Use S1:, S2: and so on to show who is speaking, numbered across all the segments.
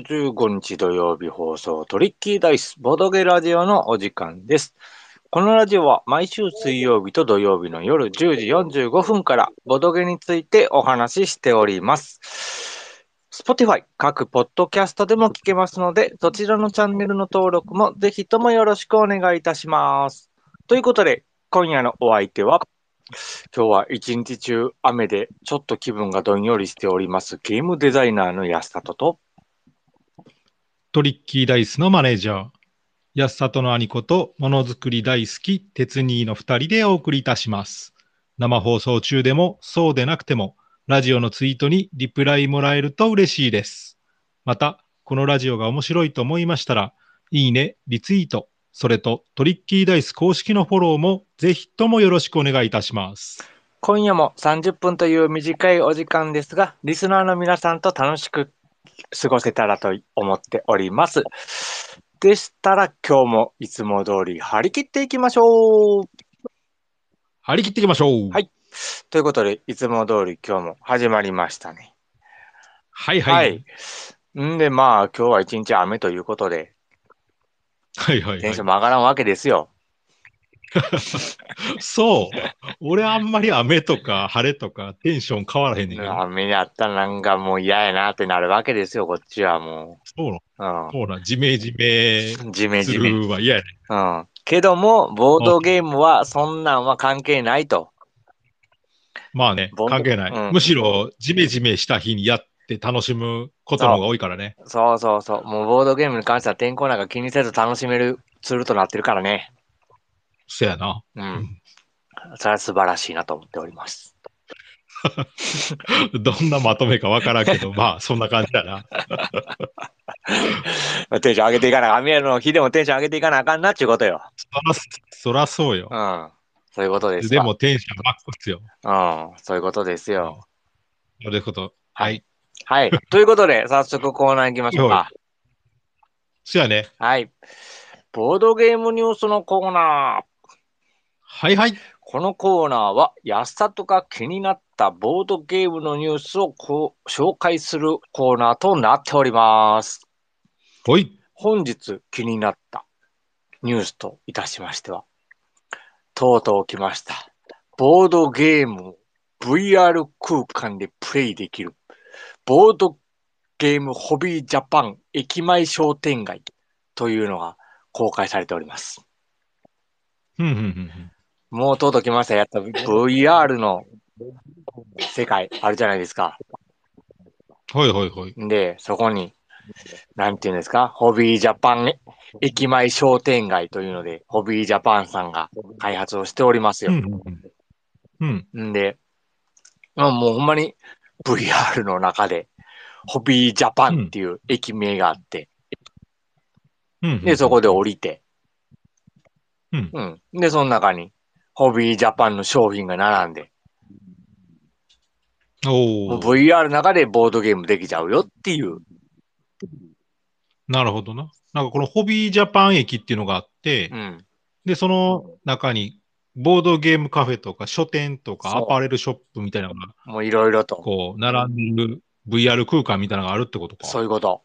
S1: 15日土曜日放送トリッキーダイスボードゲラジオのお時間です。このラジオは毎週水曜日と土曜日の夜10時45分からボードゲについてお話ししております。Spotify 各ポッドキャストでも聞けますので、そちらのチャンネルの登録もぜひともよろしくお願いいたします。ということで、今夜のお相手は、今日は一日中雨でちょっと気分がどんよりしておりますゲームデザイナーの安里と、
S2: トリッキーダイスのマネージャー、安里の兄子と、ものづくり大好き、鉄兄の二人でお送りいたします。生放送中でも、そうでなくても、ラジオのツイートにリプライもらえると嬉しいです。また、このラジオが面白いと思いましたら、いいね、リツイート、それとトリッキーダイス公式のフォローも、ぜひともよろしくお願いいたします。
S1: 今夜も30分という短いお時間ですが、リスナーの皆さんと楽しく過ごせたらと思っております。でしたら今日もいつも通り張り切っていきましょう。
S2: 張り切っていきましょう。
S1: はいということで、いつも通り今日も始まりましたね。
S2: はいはい。
S1: んで、まあ今日は一日雨ということで、
S2: はいはい、
S1: テ
S2: は
S1: ン
S2: い
S1: ショ。ンも上がらんわけですよ。
S2: そう。俺あんまり雨とか晴れとかテンション変わらへんねんけど。
S1: 雨やったらなんかもう嫌やなってなるわけですよ、こっちはも
S2: そうな
S1: う。う
S2: そうなん。ジメジメ
S1: ん。ジメ
S2: す
S1: ジメ。
S2: るは嫌やね。
S1: うん。けども、ボードゲームはそんなんは関係ないと。
S2: まあね、
S1: ボン
S2: 関係ない。
S1: うん
S2: むしろジメジメした日にやって楽しむことの方が多いからね。
S1: そうそうそう。もうボードゲームに関しては天候なんか気にせず楽しめるツールとなってるからね。
S2: そやな。
S1: うん。それは素晴らしいなと思っております。
S2: どんなまとめかわからんけ ど、まあそんな感じだな。
S1: テンション上げていかな。雨の日でもテンション上げていかなあかんなっちゅうことよ。
S2: そらそらそうよ
S1: う。ん。そういうことです
S2: で
S1: わ。
S2: もテンションマックスよ。
S1: うん。そういうことですよ。
S2: そういうこと。
S1: は
S2: はいい。
S1: はい。ということで、早速コーナー行きましょうか。
S2: そやね。
S1: はい。ボードゲームニュースのコーナー。
S2: はいはい。
S1: このコーナーは、安里が気になったボードゲームのニュースをこう紹介するコーナーとなっております。
S2: ほい。
S1: 本日気になったニュースといたしましては、とうとう来ました。ボードゲームを VR 空間でプレイできる、ボードゲームホビージャパン駅前商店街というのが公開されております。
S2: うんうんうんうん。
S1: もうとうとう来ました。やった VR の世界あるじゃないですか。
S2: ほいほいほい。
S1: で、そこに、なんていうんですか、ホビージャパン駅前商店街というので、ホビージャパンさんが開発をしております
S2: うん
S1: よ。
S2: うんうん。うん。
S1: んで、まあもうほんまに VR の中で、ホビージャパンっていう駅名があって、
S2: うんうん。
S1: で、そこで降りて、
S2: うん
S1: うん。で、その中に、ホビージャパンの商品が並んで、もう
S2: おお、
S1: VR の中でボードゲームできちゃうよっていう。
S2: なるほどな。なんかこのホビージャパン駅っていうのがあって、
S1: うん。
S2: で、その中にボードゲームカフェとか書店とか
S1: そう
S2: アパレルショップみたいなのが
S1: もういろいろと。
S2: こう並んでる VR 空間みたいなのがあるってことか。
S1: そういうこと。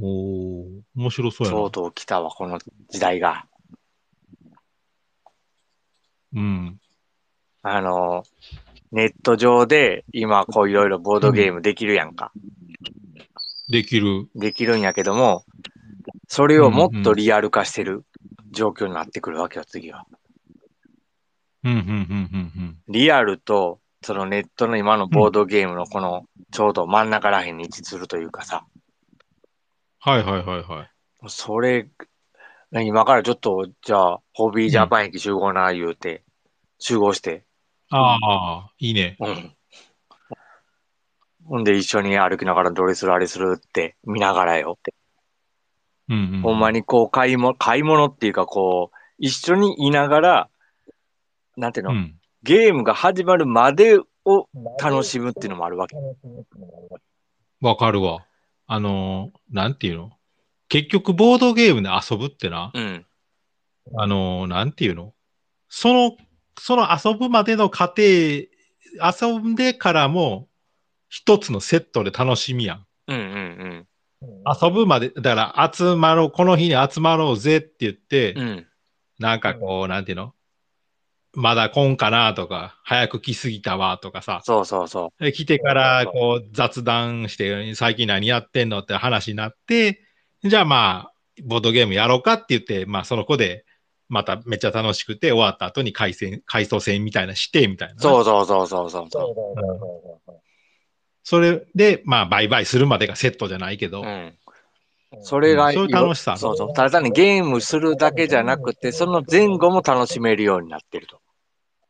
S2: おお、面白そうや
S1: とう
S2: な。
S1: とう来たわ、この時代が。
S2: うん。
S1: あの、ネット上で今こういろいろボードゲームできるやんか。
S2: できる。
S1: できるんやけども、それをもっとリアル化してる状況になってくるわけよ、次は。
S2: うん、うん、うん、うん、
S1: リアルと、そのネットの今のボードゲームのこの、ちょうど真ん中らへんに位置するというかさ、
S2: うん。はい、はい、はい、はい。
S1: それ、今からちょっと、じゃあ、ホビージャパン駅集合な、言うて、集合して、
S2: ああ、いいね。
S1: うん。ほんで一緒に歩きながらどれするあれするって見ながらよ。
S2: うん、うん。
S1: ほんまにこう買いも買い物っていうかこう、一緒にいながら、なんていう
S2: う
S1: の、
S2: ん。
S1: ゲームが始まるまでを楽しむっていうのもあるわけ。
S2: わかるわ。あのーなんていうの結局、ボードゲームで遊ぶってな、
S1: うん。
S2: あのーなんていうのその、その遊ぶまでの過程、遊んでからも、一つのセットで楽しみやん。
S1: うんうんうん。
S2: 遊ぶまで、だから集まろう、この日に集まろうぜって言って、
S1: うん。
S2: なんかこう、なんていうのまだ来んかなとか、早く来すぎたわとかさ、
S1: そうそうそ
S2: え来てからこう雑談して、最近何やってんのって話になって、じゃあまあ、ボードゲームやろうかって言って、まあその子で、まためっちゃ楽しくて終わった後に回戦、回想戦みたいなして、みたいな。
S1: う。そうそうそうそうそうそう。
S2: それで、まあ、バイバイするまでがセットじゃないけど、
S1: うん。それが、
S2: うんそういう楽しさ
S1: そうそう。ただ単にゲームするだけじゃなくて、その前後も楽しめるようになってると。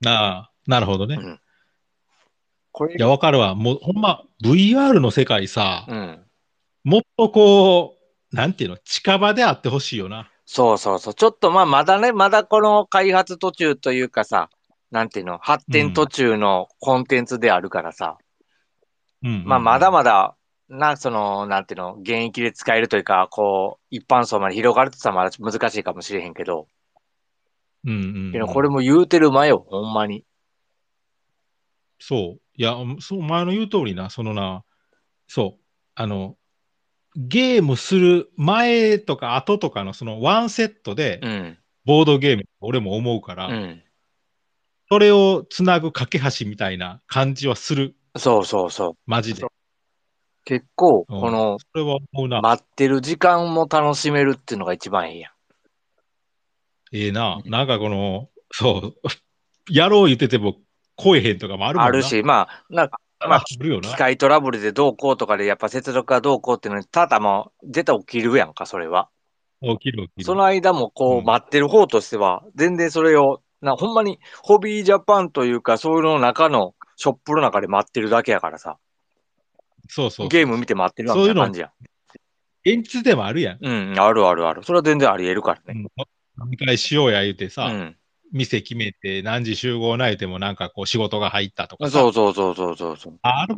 S2: ああ、なるほどね。
S1: うんこれ
S2: いや、わかるわ。もう、ほんま、VR の世界さ、
S1: うん。
S2: もっとこう、なんていうの、近場であってほしいよな。
S1: そうそうそう。ちょっとまあまだね、まだこの開発途中というかさ、なんていうの、発展途中のコンテンツであるからさ、
S2: うん、
S1: まあまだ
S2: ま
S1: まだ、な、その、なんていうの、現役で使えるというか、こう、一般層まで広がるってさ、まだ難しいかもしれへんけど、
S2: だ。うんうん、
S1: けどこれも言うてる前よ、ほんまに。
S2: そう。いや、そう、前の言う通りな、そのな、そう、あの、ゲームする前とか後とかのそのワンセットで
S1: うん。
S2: ボードゲーム俺も思うから、
S1: うん。
S2: それをつなぐ架け橋みたいな感じはする
S1: そうそうそう。
S2: マジで
S1: そ。結構、
S2: うん
S1: この、
S2: それは思うな。
S1: 待ってる時間も楽しめるっていうのが一番いいやん。
S2: ええな。
S1: うん
S2: なんかこの、そう、やろう言ってても来えへんとかもあるもん
S1: あ
S2: な。
S1: るし、まあ、なんか、
S2: あ、
S1: まあ
S2: るよな
S1: 機。械トラブルでどうこうとかで、やっぱ接続がどうこうっていうのに、ただもう、出た起きるやんか、それは。
S2: 起きる起き
S1: そ
S2: る。
S1: の間もこ
S2: う
S1: う、
S2: ん
S1: 待ってる方としては、全然それを、な、ほんまに、ホビージャパンというか、そういうの中の、ショップの中で待ってるだけやからさ、
S2: そうそう。
S1: ゲーム見て待ってるわみたいな感じやん。
S2: 現実でもあるやん。
S1: うん、あるあるある。それは全然あり得るからね。
S2: 飲み会しようや言うてさ、
S1: う
S2: 店決めて何時集合な言うてもなんかこう仕事が入ったとか
S1: ん。
S2: さ
S1: そうそうそうそうそうそう。
S2: あある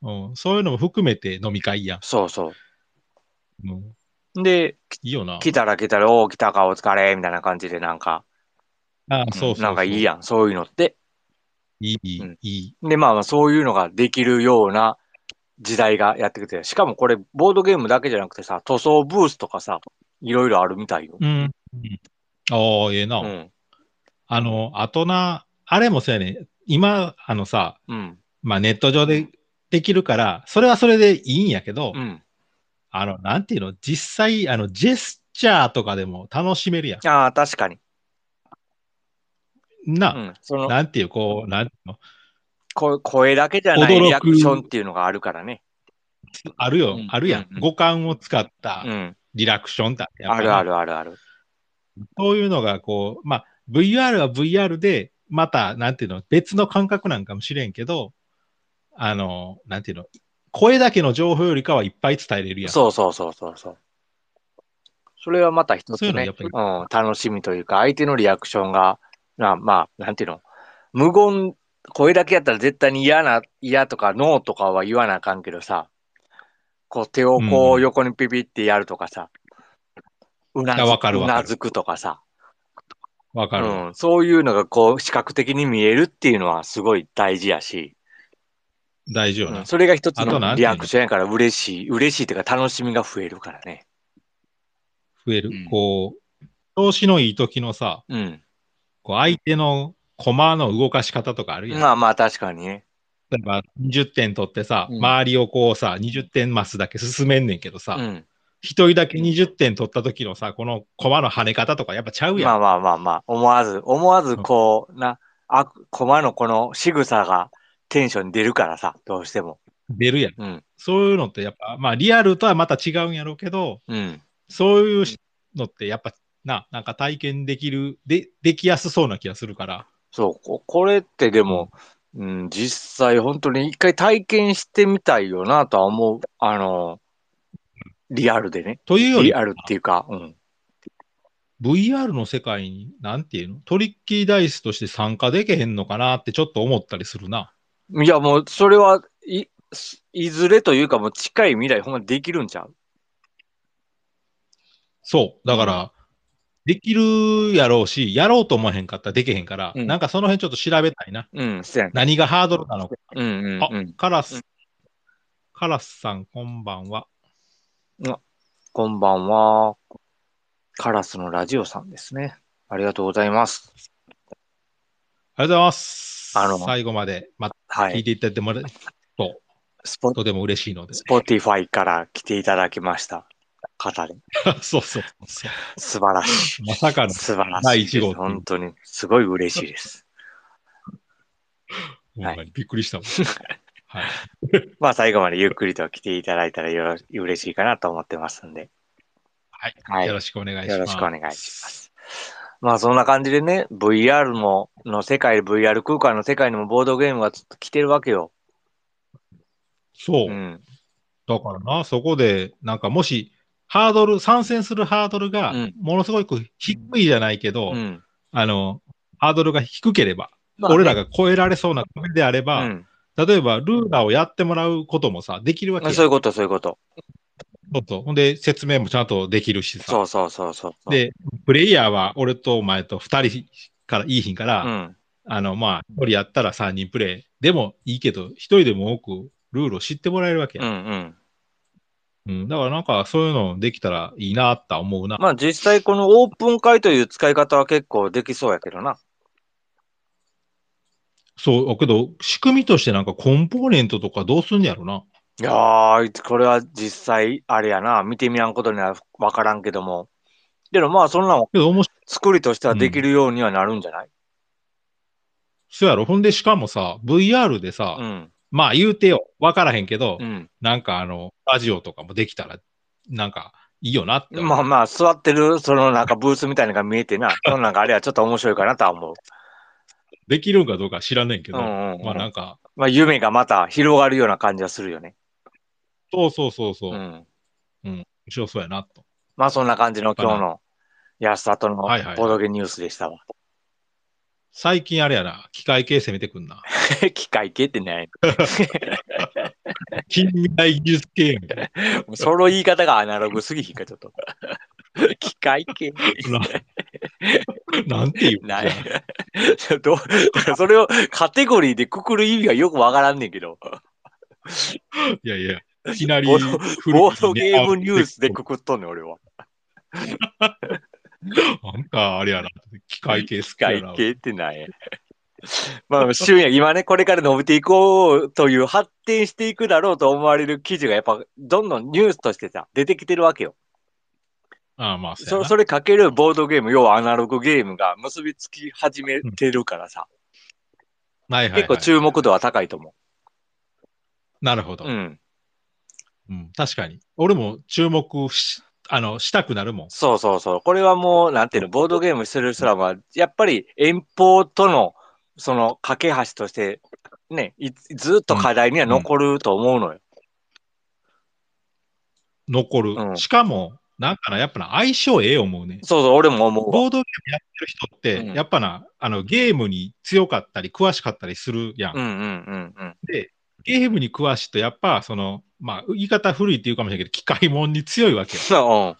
S2: もん、うん、そういうのも含めて飲み会や
S1: そうそ
S2: ん、うん、
S1: う。で、
S2: いいよな
S1: 来たら来たら、おう、来たか、お疲れ、みたいな感じで、なんか、
S2: あそうそうそう
S1: なんかいいやん、そういうのって。
S2: いい、
S1: うん
S2: いい
S1: で、まあまあ、そういうのができるような時代がやってきて、しかもこれ、ボードゲームだけじゃなくてさ、塗装ブースとかさ、いろいろあるみたいよ。
S2: うん、うん、ああええな、
S1: うん。
S2: あのあとなあれもそうやね今あのさ、
S1: うん。
S2: まあ、ネット上でできるからそれはそれでいいんやけど、
S1: うん。
S2: あのなんていうの実際あのジェスチャーとかでも楽しめるや
S1: ああ、確かに。
S2: ん
S1: う
S2: な、
S1: ん。その、
S2: なんていうこうなんていうの
S1: こ声だけじゃない
S2: 驚く
S1: リアクションっていうのがあるからね。
S2: あるよ、
S1: うん
S2: あるやん、
S1: うんうん
S2: 五感を使った、
S1: うん。
S2: リラクションだってやっ
S1: あ
S2: ぱり
S1: るあるあるある。
S2: そういうのがこう、まあ、VR は VR で、また、なんていうの、別の感覚なんかもしれんけど、あの、なんていうの、声だけの情報よりかはいっぱい伝えれるやん。
S1: そうそうそうそうそう。それはまた一
S2: そうい
S1: つ
S2: うの
S1: ね、
S2: やっぱり
S1: うん、楽しみというか、相手のリアクションが、なまあ、なんていうの、無言、声だけやったら絶対に嫌な、嫌とか、ノーとかは言わなあかんけどさ、こう手をこ
S2: う
S1: うん横にピピってやるとかさ、うない
S2: やわか
S1: ず
S2: る
S1: う
S2: わかる
S1: なずくとかさ、
S2: わかる、
S1: うん、そういうのがこう視覚的に見えるっていうのはすごい大事やし、
S2: 大丈夫
S1: う
S2: な、
S1: んそれが一つ
S2: あとな
S1: の
S2: ん
S1: リ
S2: ていうの
S1: アクションやから嬉しい、嬉しいっていうか楽しみが増えるからね。
S2: 増える、
S1: うん
S2: こう、調子のいい時のさ、
S1: うん。
S2: こう相手の駒の動かし方とかあるやん。
S1: まあまあ確かにね。
S2: 例えば、20点取ってさ、
S1: うん
S2: 周りをこうさ、20点マスだけ進めんねんけどさ、
S1: うん、
S2: 一、人だけ20点取った時のさ、この駒の跳ね方とかやっぱちゃうやん
S1: ま。あまあまあまあ、思わず、思わずこう、な、あ、駒のこの仕草がテンションに出るからさ、どうしても。
S2: 出るやん。
S1: うん、
S2: そういうのってやっぱ、まあリアルとはまた違うんやろうけど、
S1: うん、
S2: そういうのってやっぱな、なんか体験できる、で、できやすそうな気がするから。
S1: そう、ここれってでも、うん、実際本当に一回体験してみたいよなとは思う。あの、リアルでね。
S2: というより
S1: リア、ルっていうか、うん。
S2: VR の世界に、なんていうのトリッキーダイスとして参加できへんのかなってちょっと思ったりするな。
S1: いやもう、それは、い、いずれというかもう近い未来ほんまできるんちゃう
S2: そう。だから、できるやろうし、やろうと思えへんかったらできへんから、
S1: うん
S2: なんかその辺ちょっと調べたいな。
S1: うん、せやね。
S2: 何がハードルなのか。
S1: うん、うん、うん。
S2: カラス、
S1: うん
S2: カラスさん、こんばんは。
S1: こんばんは。カラスのラジオさんですね。ありがとうございます。
S2: ありがとうございます。
S1: あの
S2: 最後まで、また
S1: は
S2: 聞い
S1: い。
S2: ていただいてもらえると、
S1: スポ、
S2: とても嬉し いので。
S1: スポティファイから来ていただきました方に。
S2: そうそうそう。
S1: 素晴らしい。
S2: まさかの
S1: 素晴ら
S2: 第
S1: しいで
S2: 一号
S1: す。本当に、すごい嬉しい です。
S2: ほんまにびっく りしたもん。はい。
S1: まあ、最後までゆっくりと来ていただいたらよろ嬉しいかなと思ってますんで。
S2: はい。
S1: はい。
S2: よ
S1: よ
S2: ろしくお願いします。
S1: ろしくお願いします。まあ、そんな感じでね、VR も、の世界、VR 空間の世界にもボードゲームがずっと来てるわけよ。
S2: そう。
S1: うん。
S2: だからな、そこで、なんかもし、ハードル、参戦するハードルが
S1: うん、
S2: ものすごく低いじゃないけど、
S1: うん。
S2: あの、ハードルが低ければ、
S1: まあね
S2: 俺らが超えられそうな壁であれば、
S1: うん。
S2: 例えばルーラーをやってもらうこともさ、できるわけやん
S1: そういうこと、そういうこと。
S2: そうそう。ほんで、説明もちゃんとできるし
S1: そ
S2: さ。
S1: うそうそうそう。、
S2: で、プレイヤーは俺とお前と2人からいいひんか
S1: う
S2: ら、
S1: ん。
S2: あの、まあ、1人やったら3人プレイでもいいけど、1人でも多くルールを知ってもらえるわけ
S1: う
S2: や。
S1: んうん。
S2: うん。だからなんか、そういうのできたらいいなって思うな。
S1: まあ、実際このオープン会という使い方は結構できそうやけどな。
S2: そう、だけど、仕組みとしてなんかコンポーネントとかどうすんやろな。
S1: いやー、これは実際、あれやな、見てみやんことにはわからんけども。けどまあ、そんなの
S2: けど、面白
S1: 作りとしてはできるようにはなるんじゃない
S2: そうやろ。ほんで、しかもさ、VR でさ、
S1: うん。
S2: まあ言うてよ、わからへんけど、
S1: うん。
S2: なんかあの、ラジオとかもできたら、なんかいいよなって思う。
S1: まあまあ、座ってる、そのなんかブースみたいなのが見えて な、そんなんがあれはちょっと面白いかなとは思う。
S2: できるんかどうか知らねんけ
S1: う
S2: ど、
S1: んうん、うん。
S2: まあなんか、
S1: まあ、夢がまた広がるような感じはするよね。
S2: そうそうそうそう、
S1: う
S2: 面
S1: ん。
S2: 白そうやなと。
S1: まあ、そんな感じの今日の安里のボ
S2: はいはい
S1: ードゲニュースでしたわ。
S2: 最近あれやな、機械系攻めてくんな。
S1: 機械系ってない。
S2: 近未来技術系やんけ。
S1: その言い方がアナログすぎひんか、ちょっと。 機械系
S2: ななんていう
S1: な
S2: か
S1: い。どうだからそれをカテゴリーでくくる意味がよくわからんねんけど。
S2: いやいや、いきなり
S1: ボード
S2: 古い
S1: ボードゲームニュースでくくっとんねん、俺は。
S2: なんかあれやな、機械系好
S1: 機
S2: きや
S1: 械
S2: な。
S1: 系ってなんや。まあ、旬や、今ね、これから伸びていこうという、発展していくだろうと思われる記事が、やっぱ、どんどんニュースとしてさ、出てきてるわけよ。
S2: ああまあ、そうや
S1: そ
S2: な
S1: それかけるボードゲーム、要はアナログゲームが結びつき始めてるからさ、
S2: はいはいはい
S1: 結構注目度は高いと思
S2: なるほど、
S1: う。うん。
S2: うん確かに。俺も注目し、あの、したくなるもん。
S1: そうそうそう。これはもう、なんていうの、ボードゲームする人らは、やっぱり遠方との、その、架け橋として、ね、いずっと課題には残ると思うのよ。
S2: 残る。
S1: うん
S2: しかも、なんかな、やっぱな、相性ええ思うね。
S1: そうそう、俺も思うわ。
S2: ボードゲームやってる人って、
S1: うん
S2: やっぱな、あの、ゲームに強かったり、詳しかったりするやん。
S1: うんうんうんうん。
S2: ゲームに詳しいと、やっぱ、その、まあ、言い方古いって言うかもしれないけど、機械もんに強いわけ よ。
S1: そ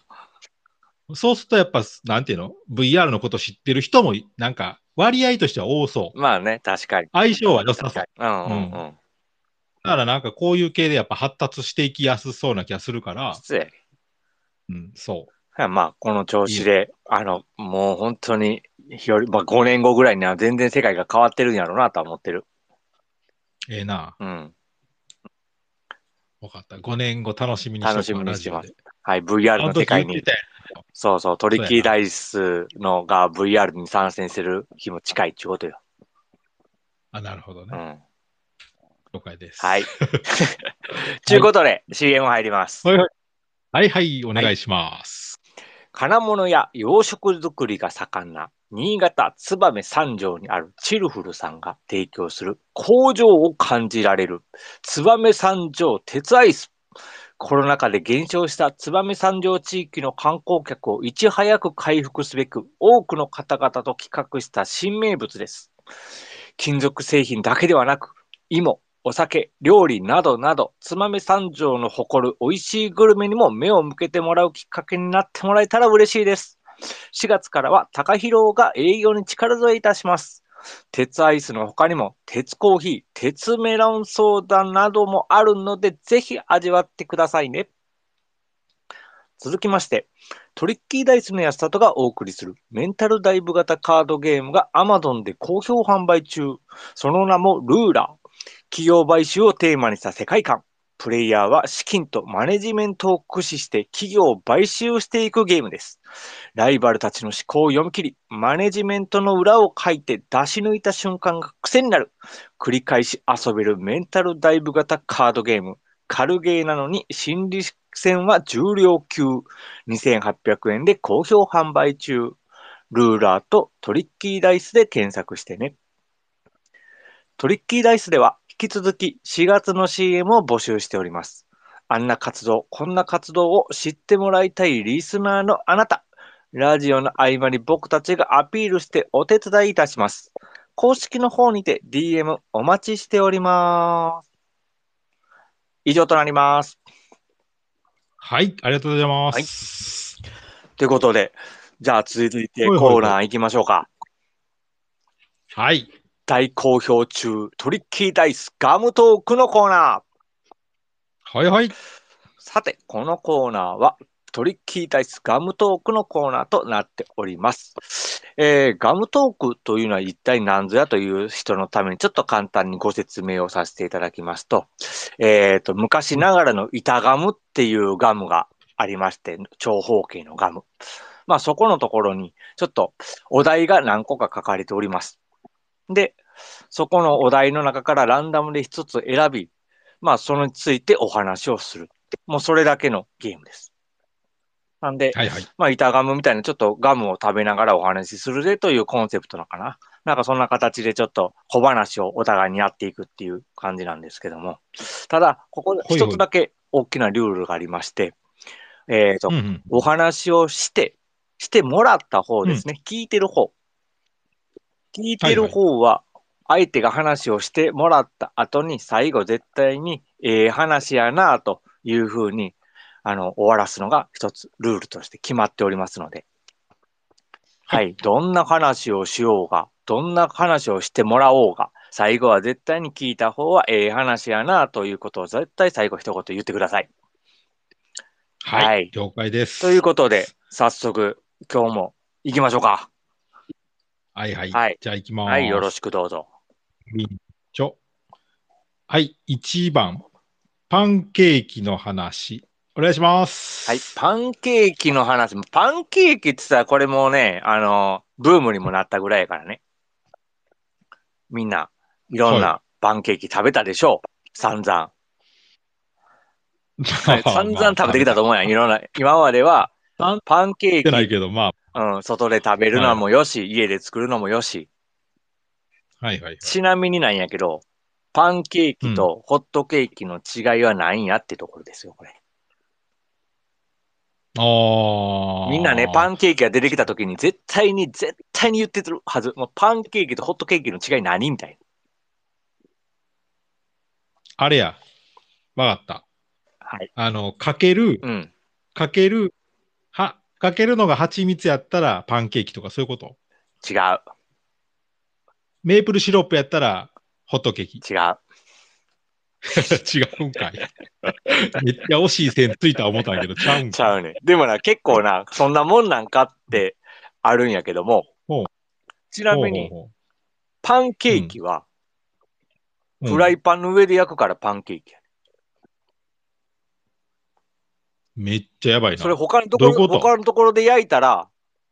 S1: う、
S2: そうすると、やっぱ、なんていうの ?VR のこと知ってる人も、なんか、割合としては多そ
S1: う
S2: う
S1: ん。。まあね、確かに。
S2: 相性は良さそう。
S1: うんうんうん。
S2: だから、なんか、こういう系でやっぱ発達していきやすそうな気がするから、
S1: 失礼。
S2: うん、そ
S1: まあ、この調子で、あの、もう本当に、より、まあ5年後ぐらいには全然世界が変わってるんやろうなとは思ってる。
S2: う。ええな。
S1: うん。
S2: 分かった。5年後楽しみにして
S1: 楽しみにしてます
S2: す。
S1: はい、VR
S2: あの
S1: の
S2: 時
S1: 世
S2: 言
S1: 界
S2: って
S1: に。
S2: たやん
S1: そうそう、トリッキーダイスのが VR に参戦する日も近いっちゅうことよ。
S2: あ、なるほど
S1: う
S2: ね。
S1: ん。
S2: 了解です。
S1: はい。 ちゅうことで、CM 入ります。
S2: はいはい。はいはい、お願いします。
S1: 金物や洋食作りが盛んな新潟燕三条にあるチルフルさんが提供する工場を感じられる燕三条鉄アイス。コロナ禍で減少した燕三条地域の観光客をいち早く回復すべく多くの方々と企画した新名物です。金属製品だけではなく、芋、お酒、料理などなど、燕三条の誇る美味しいグルメにも目を向けてもらうきっかけになってもらえたら嬉しいです。4月からは、高広が営業に力添えいたします。鉄アイスの他にも、鉄コーヒー、鉄メロンソーダなどもあるので、ぜひ味わってくださいね。続きまして、トリッキーダイスの安里がお送りするメンタルダイブ型カードゲームが Amazon で好評販売中。その名もルーラー。企業買収をテーマにした世界観。プレイヤーは資金とマネジメントを駆使して企業を買収していくゲームです。ライバルたちの思考を読み切り、マネジメントの裏を書いて出し抜いた瞬間が癖になる。繰り返し遊べるメンタルダイブ型カードゲーム。軽ゲーなのに心理戦は重量級。2800円で好評販売中。ルーラーとトリッキーダイスで検索してね。トリッキーダイスでは引き続き4月の CM を募集しております。あんな活動、こんな活動を知ってもらいたいリスナーのあなた。ラジオの合間に僕たちがアピールしてお手伝いいたします。公式の方にて DM お待ちしております。以上となります。
S2: はい、ありがとうございます。
S1: ということで、じゃあ続いて
S2: はいはいはい
S1: コーナー行きましょうか。
S2: はい。
S1: 大好評中、トリッキーダイスガムトークのコーナー。
S2: はいはい。
S1: さて、このコーナーは、トリッキーダイスガムトークのコーナーとなっております。えーガムトークというのは一体何ぞやという人のためにちょっと簡単にご説明をさせていただきますと、えーと、昔ながらの板ガムっていうガムがありまして、長方形のガム。まあそこのところにちょっとお題が何個か書かれております。で、そこのお題の中からランダムで一つ選び、まあそれについてお話をする。もうそれだけのゲームです。なんで、
S2: はいはい。
S1: まあ、板ガムみたいな、ちょっとガムを食べながらお話しするぜというコンセプトなのかな。なんかそんな形でちょっと小話をお互いにやっていくっていう感じなんですけども。ただ、ここで
S2: ほいほい
S1: 一つだけ大きなルールがありまして、えっ、と、
S2: うんうん。
S1: お話をして、してもらった方ですね。聞いてる方。聞いてる方は、相手が話をしてもらった後に、最後絶対に、ええ話やなあというふうに、あの、終わらすのが一つルールとして決まっておりますので。は。
S2: はい
S1: どんな話をしようが、どんな話をしてもらおうが、最後は絶対に聞いた方は、ええ話やなあということを絶対最後一言言ってください。
S2: はい。
S1: はい
S2: 了解です。
S1: ということで、早速、今日も行きましょうか。
S2: はいはい。
S1: はい
S2: じゃあ行きます。
S1: はい、よろ
S2: し
S1: しくどうぞ。
S2: く。はい、1番。パンケーキの話。お願いします。
S1: はい、パンケーキの話。パンケーキってさ、これもうね、あの、ブームにもなったぐらいやからね。みんな、いろんなパンケーキ食べたでしょう。散々。
S2: ま
S1: 散
S2: あまあ
S1: 々食べてきたと思うやん。いろんな、今までは
S2: パン、
S1: パンケ
S2: 食ってな
S1: ー
S2: い
S1: キ、
S2: けど、ま
S1: うん、外で食べるのもよし、家で作るのもよし。
S2: あ、はいはいはい。
S1: ちなみになんやけど、パンケーキとホットケーキの違いはないんやってところですよ、これ。
S2: ああ。
S1: みんなね、パ
S2: ン。
S1: ンケーキが出てきたときに、絶対に、絶対に言ってるはず。もうパンケーキとホットケーキの違い何みたい
S2: あれや。わかった。
S1: な。はい。
S2: あの、かける、
S1: うん。
S2: かける、は、かけるのが蜂蜜やったらパンケーキとかそういうこと。
S1: 違う。
S2: メープルシロップやったらホットケーキ。
S1: 違う。
S2: 違うんかい。めっちゃ惜しい線ついた思ったんやけど、ちゃうん
S1: ち
S2: かい。
S1: ゃうね。 でもな、結構な、そんなもんなんかってあるんやけども
S2: ほう、
S1: ちなみに、パンケーキは、フラ
S2: イ、
S1: イパンの上で焼くからパンケーキやね。
S2: めっちゃやばいな。
S1: それ他のところ
S2: どういうこと
S1: 他のところで焼いたら、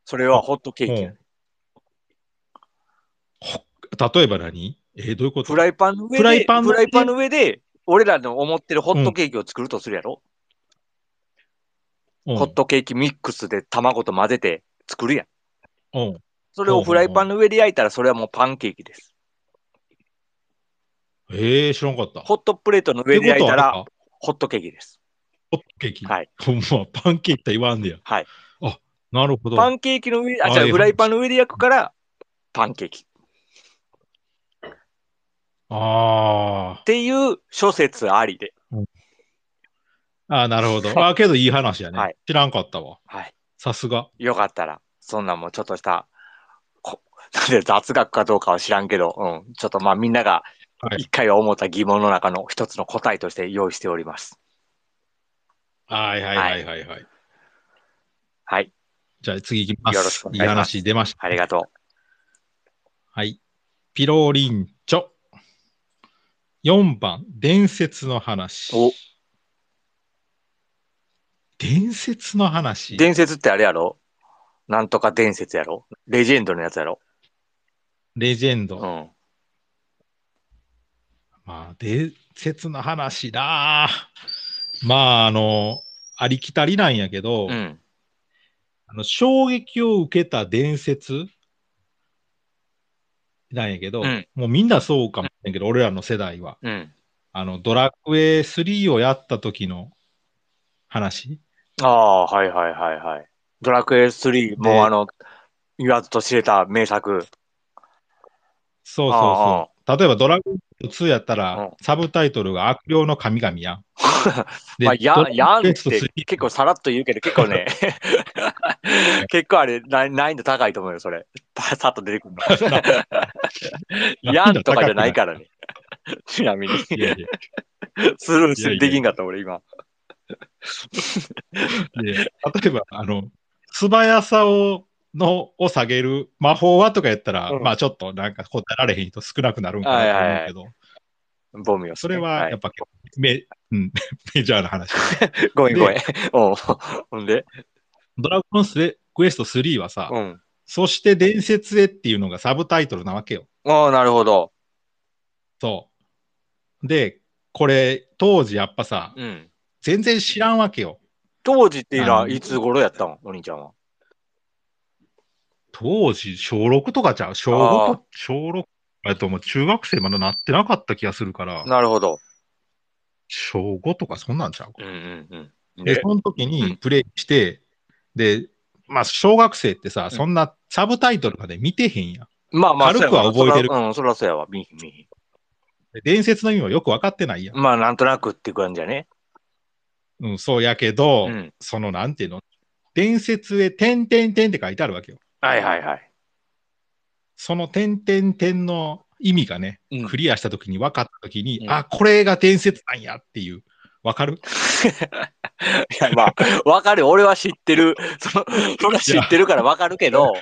S1: それはホットケーキやね。
S2: 例えば何えーどういうこと
S1: フライパンの上で、
S2: フライパンの
S1: フライパンの上で、俺らの思ってるホットケーキを作るとするやろ、
S2: うん
S1: ホットケーキミックスで卵と混ぜて作るやん。
S2: うん
S1: それをフライパンの上で焼いたら、それはもうパンケーキです。
S2: えー、知らんかった。
S1: ホットプレートの
S2: っ
S1: 上
S2: て
S1: で焼いた
S2: こと
S1: ら
S2: は、
S1: ホットケーキです。
S2: ホットケーキ。
S1: はい。
S2: ほんま、パンケーキって言わんねや。
S1: はい。
S2: あ、なるほど。
S1: パンケーキの上、あ、じ
S2: あ
S1: ゃ
S2: いい
S1: フライパンの上で焼くから、パンケーキ。っ
S2: あ
S1: ていう諸説ありで。
S2: ーあー、なるほど。あーけどいい話やね。
S1: はい
S2: 知らんかったわ。
S1: はい。
S2: さすが。
S1: よかったら、そんなんもうちょっとした、こ なんで雑学かどうかは知らんけど、うん。ちょっとまあみんなが
S2: はい
S1: 一回は思った疑問の中の一つの答えとして用意しております。
S2: はいはいはいはいはい。
S1: はい。
S2: じゃあ次行きます。
S1: よろしくお願いしま
S2: い
S1: す
S2: 話出ました。
S1: ありがと
S2: はい。ピロリンチョ。4番、伝説の話。
S1: お
S2: 伝説の
S1: う。
S2: 話。
S1: 伝説ってあれやろなんとか伝説やろレジェンドのやつやろ
S2: レジェンド。
S1: うん。
S2: まあ、伝説の話だ。まあ、あの、ありきたりなんやけど、
S1: うん。
S2: あの衝撃を受けた伝説なんやけど、
S1: うん
S2: もうみんなそうかもしれんけど、俺らの世代は。
S1: うん。
S2: あの、ドラクエ3をやった時の話。
S1: ああ、はいはいはいはい。ドラクエ3、もうあの、言わずと知れた名作。
S2: そうそう
S1: あ
S2: そう。例えば、ドラゴン2やったら、
S1: うん
S2: サブタイトルが悪霊の神々やん。で
S1: まあ、や
S2: ド
S1: ん、や
S2: ラ
S1: ん
S2: ゴン
S1: っ
S2: クエスト
S1: て
S2: 3
S1: 結構さらっと言うけど、結構ね、 結構あれ、な難易度高いと思うよ、それ。パサッと出てくる の。やんとかじゃないからね。ちなみに。
S2: いやいや
S1: スルーしてできんかった、俺今。
S2: で例えば、あの、素早さを、の、を下げる魔法はとかやったら、
S1: うん
S2: まあちょっとなんか答えられへん人少なくなるんかなと思うけど、
S1: ボミを、
S2: それはや
S1: い
S2: っぱ、めうん、 メジャーな話。
S1: ごめんごめん。うんほんで、
S2: ドラゴンクエスト3はさ、
S1: うん。
S2: そして伝説へっていうのがサブタイトルなわけよ。
S1: ああ、なるほど。
S2: そう。で、これ、当時やっぱさ、
S1: うん。
S2: 全然知らんわけよ。
S1: 当時っていうの
S2: あ
S1: は
S2: の
S1: いつ頃やったのお兄ちゃんは。
S2: 当時、小6とかちゃう小
S1: あ
S2: 5
S1: ー
S2: と、小6やともう中学生まだなってなかった気がするから、
S1: なるほど。
S2: 小5とかそんなんちゃうか
S1: うんうんうん。
S2: で、
S1: で
S2: その時
S1: うん
S2: にプレイして、で、まあ、小学生ってさ、
S1: ん
S2: そんなサブタイトルまで見てへんやん。
S1: まあまあ、
S2: 軽くは覚えてる
S1: そらうん、そらそうやわ。みひみひ
S2: で伝説の意味はよく分かってないやん。
S1: まあ、なんとなくって感じやね。
S2: うん、そうやけど、
S1: うん。
S2: そのなんていうの、伝説へ点点点って書いてあるわけよ。
S1: はいはいはい。
S2: その点点点の意味がね、
S1: うん
S2: クリアした時に分かった時に、
S1: うん
S2: あ、これが伝説なんやっていう、分かる
S1: いやまあ、わかる。俺は知ってる。その、それは知ってるからわかるけど、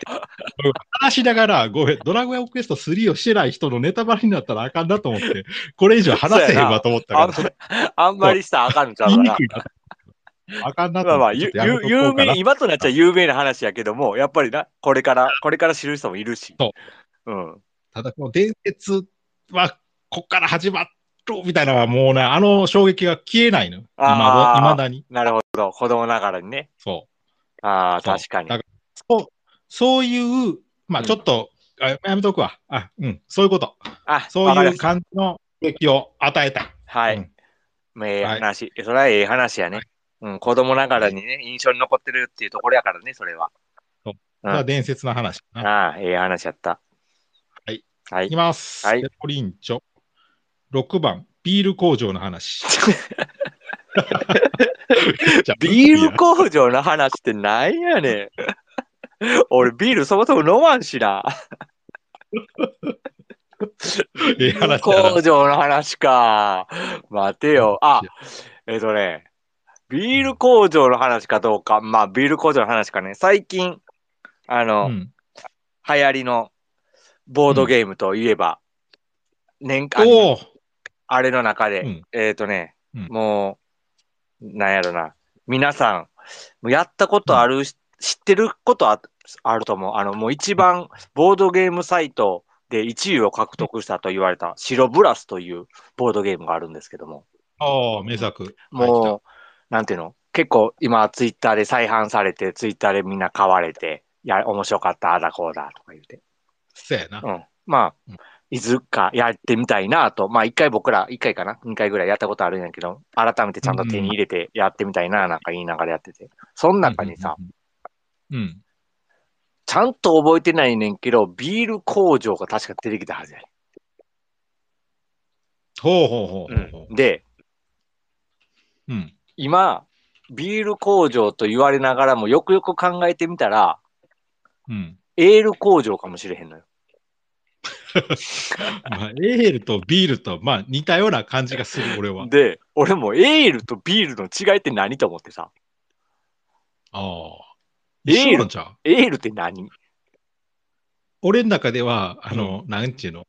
S2: 話しながら、ごめん、ドラゴンクエスト3をしてない人のネタバレになったらあかんなと思って、これ以上話せへんわと思った
S1: あ
S2: か
S1: ん
S2: ら
S1: ま、あんまりしたらあかんのちゃう
S2: 言い
S1: か
S2: に
S1: ら
S2: く。いな。あかんな
S1: ま
S2: と
S1: あま
S2: 思っ
S1: あ、
S2: て。
S1: ゆ
S2: ちょっとやめ
S1: ゆ
S2: とこう
S1: 有
S2: かな
S1: 名、今となっちゃ有名な話やけども、やっぱりな、これから、これから知る人もいるし。。
S2: そう
S1: うん。
S2: ただ、この伝説は、こっから始まるみたいなのは、もうね、あの衝撃が消えないの。今
S1: あー
S2: も、いまだに。
S1: なるほど。子供ながらにね。
S2: そ
S1: ああ、
S2: そう
S1: 確かに
S2: だ。からう。そう、そういう、ま
S1: う
S2: あ、
S1: ん
S2: ちょっと、あやめとくわ。あ、うん、そういうこと。
S1: あ、
S2: そう
S1: わかりま
S2: いう
S1: した
S2: 感じの衝撃を与えたい。
S1: は
S2: う
S1: い
S2: ん。
S1: まあええ
S2: はい
S1: 話。それはええ話やね
S2: は。
S1: うん、子供ながらにね、印象に残ってるっていうところやからね、それは。
S2: それは伝説の話かな。
S1: ああ、ええ話やった。
S2: はい。
S1: はい
S2: き
S1: い。
S2: ます。
S1: はい
S2: ペロリンチョ。6番、ビール工場 の話。
S1: ビール工場の話ってなん やねん。俺、ビールそもそも飲まんしな。
S2: ええ話やな
S1: 工場の話か。待てよ。あ、えっ、とね、ビール工場の話かどうか。まあ、ビール工場の話かね。最近、あの、
S2: うん、
S1: 流行りのボードゲームといえば、年間の
S2: おお、
S1: あれの中で、
S2: うん
S1: えっ、とね、
S2: うん
S1: もう、なんやろな、皆さん、もうやったことある、し知ってることああると思う。あの、もう一番、ボードゲームサイトで1位を獲得したと言われた、白ブラスというボードゲームがあるんですけども、
S2: おお、名作。
S1: もう、なんていうの結構今、ツイッターで再販されて、ツイッターでみんな買われて、いや、面白かった、あだこうだ、とか言って。
S2: そうやな
S1: う。ん。ま
S2: う
S1: あ
S2: ん、
S1: いつかやってみたいなと。まあ、一回僕ら、一回かな二回ぐらいやったことあるんやけど、改めてちゃんと手に入れてやってみたいな、なんか言いながらやってて。その中にさ、
S2: うん。うん。
S1: ちゃんと覚えてないねんけど、ビール工場が確か出てきたはずやね
S2: ほうほうほうほうほ
S1: ん。で、
S2: う。うん。
S1: 今、ビール工場と言われながらも、よくよく考えてみたら、
S2: うん。
S1: エール工場かもしれへんのよ。
S2: まあ、エールとビールと、まあ、似たような感じがする、俺は。
S1: で、俺もエールとビールの違いって何と思ってさ。
S2: ああ。
S1: エール
S2: 一緒なんちゃう
S1: エールって何
S2: 俺の中では、あの、なんちゅうの、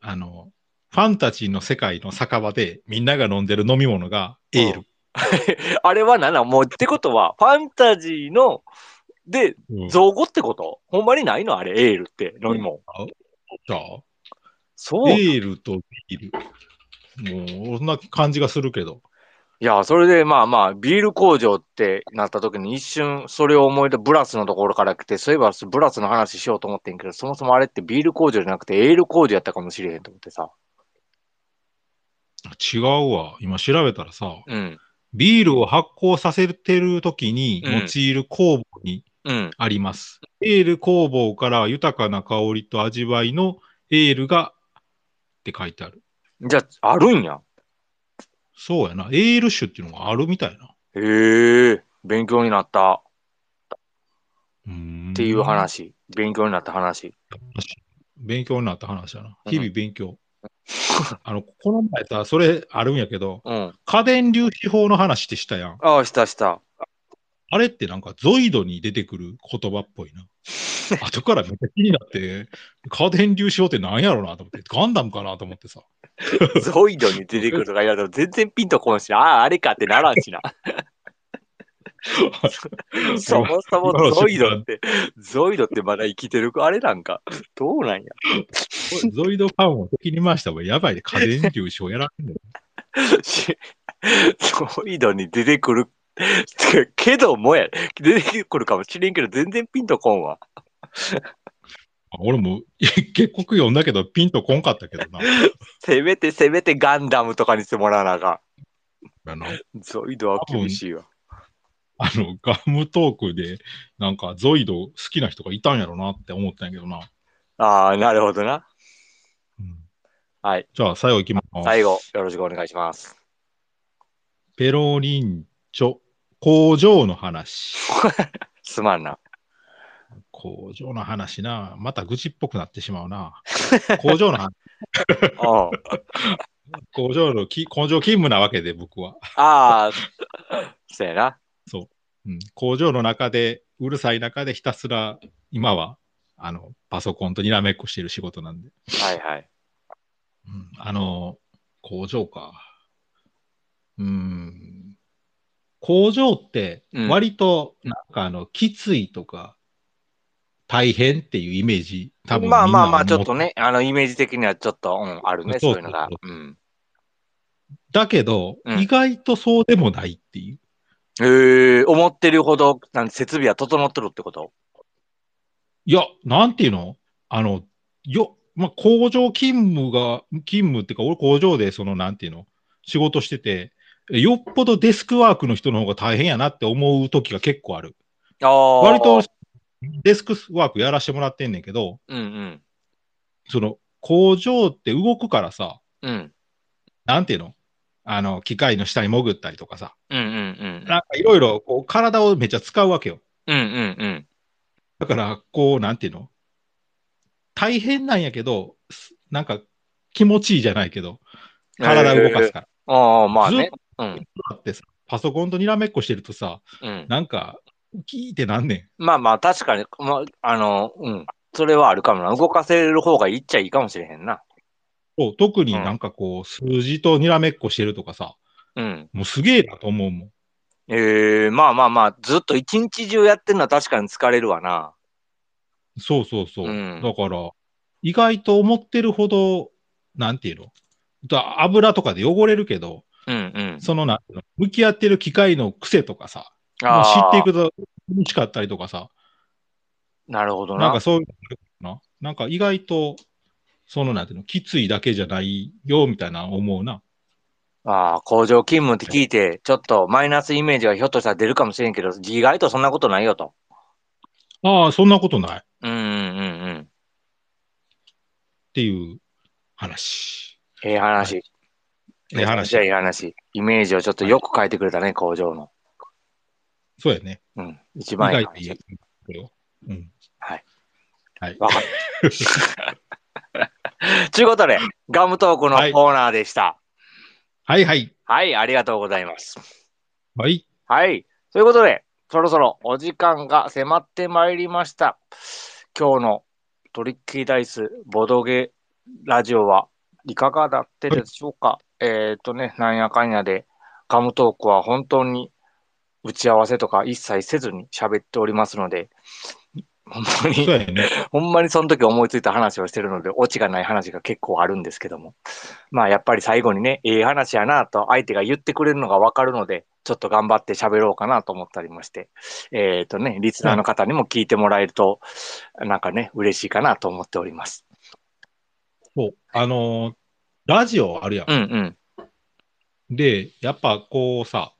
S2: あの、ファンタジーの世界の酒場でみんなが飲んでる飲み物がエール。
S1: あれは何なんもうってことは、ファンタジーの、で、
S2: うん
S1: 造語ってことほんまにないのあれ、エールって。飲み物。
S2: じゃあ
S1: そう。い
S2: エールとビール。もう、そんな感じがするけど。
S1: や、それでまあまあ、ビール工場ってなった時に一瞬それを思い出、ブラスのところから来て、そういえばブラスの話しようと思ってんけど、そもそもあれってビール工場じゃなくてエール工場やったかもしれへんと思ってさ。
S2: 違うわ。今調べたらさ、
S1: うん。
S2: ビールを発酵させてる時に
S1: うん
S2: 用いる酵母に
S1: うん。
S2: あります。エール酵母から豊かな香りと味わいのエールがって書いてある。
S1: じゃあ、あるんや。
S2: そうやな。エール酒っていうのがあるみたいな。
S1: へえ、勉強になった。
S2: っ
S1: っていう。話。勉強になった話。
S2: 勉強になった話だな。
S1: うん
S2: 日々勉強。あの、この前さ、それあるんやけど、
S1: うん。
S2: 家電粒子法の話ってしたやん。
S1: ああ、したした。
S2: あれってなんかゾイドに出てくる言葉っぽい な。後からめっちゃ気になって、家電粒子法ってなんやろうなと思って、ガンダムかなと思ってさ。
S1: ゾイドに出てくるとか言われても全然ピンとこんしな、ああ、あれかってならんしな。そもそもゾイドって、ゾイドってまだ生きてるあれなんか、どうなんや。
S2: ゾイドファンを敵に回した方がやばいで、家電粒子法やらん ねん。
S1: しゾイドに出てくる。てかけどもや、出てくるかもしれんけど、全然ピンとこんわ。
S2: 俺もいや結局読んだけど、ピンとこんかったけどな。
S1: せめてせめてガンダムとかにしてもらわなあか
S2: あの
S1: ん。ゾイドは厳しいわ。
S2: あの、ガムトークで、なんか、ゾイド好きな人がいたんやろなって思ったんやけどな。
S1: ああ、なるほどな。
S2: うん
S1: はい。
S2: じゃあ、最後いきます。
S1: 最後、よろしくお願いします。
S2: ペロリンチョ、工場の話。
S1: すまんな。
S2: 工場の話な。また愚痴っぽくなってしまうな。工場の話、
S1: うん。
S2: 工場のき、工場勤務なわけで、僕は。
S1: ああ、 そうやな。
S2: うん、工場の中で、うるさい中で、ひたすら、今は、あの、パソコンとにらめっこしてる仕事なんで。
S1: はいはい。
S2: うんあの、工場か。うん。工場って
S1: うん
S2: 割となんかあの、きついとか大変っていうイメージ多分みんな
S1: まあまあまあ、
S2: 持
S1: ちょっと。ね、あの、イメージ的にはちょっと、うん、あるね、そ
S2: そうう
S1: い
S2: そう
S1: の
S2: う
S1: が
S2: そ。
S1: うん。
S2: だけど、
S1: うん
S2: 意外とそうでもないっていう。
S1: へえ、思ってるほど、なん設備は整っとるってこと
S2: いや、なんていうのあの、よ、まあ、工場勤務が、勤務っていうか、俺工場でそのなんていうの仕事してて、よっぽどデスクワークの人の方が大変やなって思う時が結構ある。
S1: ああ。
S2: 割と、デスクワークやらしてもらってんねんけど、
S1: うんうん。
S2: その工場って動くからさ、
S1: うん。
S2: なんていうのあの、機械の下に潜ったりとかさ、
S1: うんうん
S2: なんかいろいろこう体をめっちゃ使うわけよ。
S1: うん。うんうんうん。
S2: だから、こう、なんていうの大変なんやけど、すなんか気持ちいいじゃないけど、体動かす
S1: へえ。
S2: から。
S1: ああ、まあ
S2: ずっ
S1: ね。
S2: と
S1: うん。
S2: だってさ、パソコンとにらめっこしてるとさ、
S1: うん。
S2: なんか、キーってなんねん。
S1: まあまあ、確かに、まあ、あの、うん。それはあるかもな。動かせる方がいいっちゃいいかもしれへんな。
S2: そう特になんかこう、数字とにらめっこしてるとかさ、
S1: うん。
S2: もうすげえなと思うもん。
S1: ええ、まあまあまあ、ずっと一日中やってるのは確かに疲れるわな。
S2: そうそうそう。
S1: うん
S2: だから、意外と思ってるほど、なんていうのだ油とかで汚れるけど、
S1: うんうん。
S2: そのなんていうの向き合ってる機械の癖とかさ、もう知っていくと楽しかったりとかさ、
S1: なるほどな。
S2: なんかそういうのな。なんか意外と、そのなんていうの、きついだけじゃないよ、みたいな思うな。
S1: ああ、工場勤務って聞いて、ちょっとマイナスイメージがひょっとしたら出るかもしれんけど、意外とそんなことないよと。
S2: ああ、そんなことないっ
S1: うんうんうんうん。
S2: ていう話。
S1: ええ話。
S2: ええ話
S1: じゃええ話。イメージをちょっとよく変えてくれたね、工場の。
S2: そうやね。
S1: うん。一
S2: 意
S1: 番いい
S2: 外と
S1: 話。
S2: いい。これをうん。
S1: はい。
S2: はい。
S1: わかった。ということで、ガムトークのコーナーでした。
S2: はいはい。
S1: はい、ありがとうございます。
S2: はい。
S1: はい。ということで、そろそろお時間が迫ってまいりました。今日のトリッキーダイスボドゲラジオはいかがだったでしょうか、えっ、とね、なんやかんやで、ガムトークは本当に打ち合わせとか一切せずに喋っておりますので、本当に
S2: そうやね。
S1: ほんまにその時思いついた話をしてるので、オチがない話が結構あるんですけども。まあやっぱり最後にね、ええ話やなと相手が言ってくれるのがわかるので、ちょっと頑張って喋ろうかなと思ったりまして。えっ、とね、リスナーの方にも聞いてもらえると、なんかね、嬉しいかなと思っております。
S2: そう。あのーラジオあるやん
S1: うんうん。
S2: で、やっぱこうさ、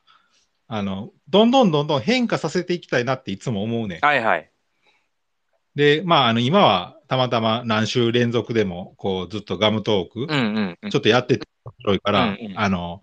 S2: あの、どんどんどんどん変化させていきたいなっていつも思うねん。
S1: はいはい。
S2: で、まあ、あの、今はたまたま何週連続でも、こう、ずっとガムトーク、
S1: うんうんうん。
S2: ちょっとやってて面白いから、
S1: うんうん
S2: あの、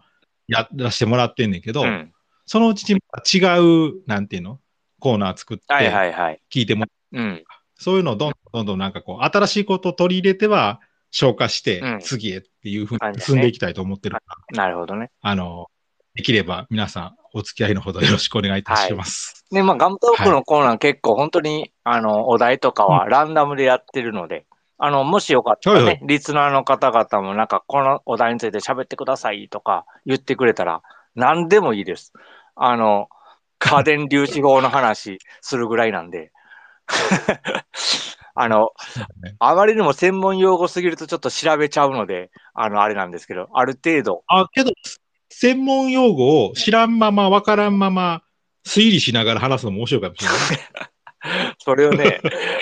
S2: やらせてもらってんねんけど、
S1: うん
S2: そのうちに違う、なんていうのコーナー作って、
S1: はいはいはい。
S2: 聞いてもらう、
S1: うん。
S2: そういうのをどんどんどんどんなんかこう、新しいことを取り入れては、消化して、
S1: うん
S2: 次へっていうふう
S1: 感じだ
S2: に
S1: ね
S2: 進んでいきたいと思ってるから、
S1: なるほどね。
S2: あの、できれば皆さん、お付き合いのほど よろしくお願いいたします。
S1: で、まあ、ガムトークのコーナー結構本当に、あの、お題とかはランダムでやってるので、あの、もしよかったらね、
S2: はいは
S1: リスナーの方々もなんか、このお題について喋ってくださいとか言ってくれたら、何でもいいです。あの、家電粒子法の話するぐらいなんで。 あの、あまりにも専門用語すぎるとちょっと調べちゃうので、あの、あれなんですけど、ある程度、
S2: あ、けど、専門用語を知らんまま、わからんまま、推理しながら話すのも面白いかもしれない。
S1: それをね、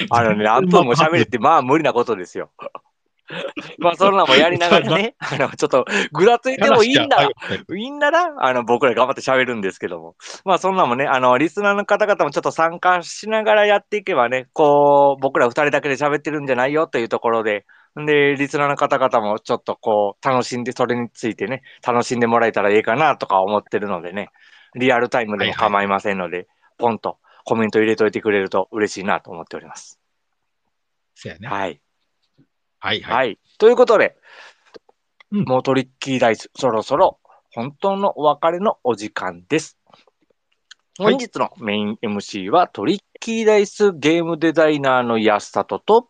S1: あのね、何分も喋るって、まあ無理なことですよ。 まあそんなのもやりながら ね、あの、ちょっと、ぐらつい てもいいんだら、いいんなら、あの、僕ら頑張って喋るんですけども。まあそんなのもね、あの、リスナーの方々もちょっと参加しながらやっていけばね、こう、僕ら二人だけで喋ってるんじゃないよというところで、で、リスナーの方々もちょっとこう、楽しんで、それについてね、楽しんでもらえたらいいかなとか思ってるのでね、リアルタイムでも構いませんので、ポンとコメント入れといてくれると嬉しいなと思っております。
S2: そうやね。
S1: はい。
S2: はいはい。
S1: はい。ということで、
S2: うん
S1: もうトリッキーダイス、そろそろ本当のお別れのお時間です。
S2: は
S1: 本
S2: い
S1: 日のメイン MC はトリッキーダイスゲームデザイナーの安里と、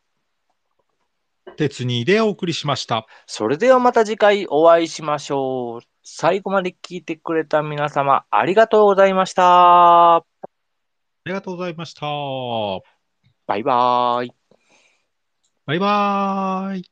S2: 鉄にでお送りしました。
S1: それではまた次回お会いしましょう。最後まで聞いてくれた皆様、ありがとうございました。
S2: ありがとうございました。
S1: バイバーイ。
S2: バイバーイ。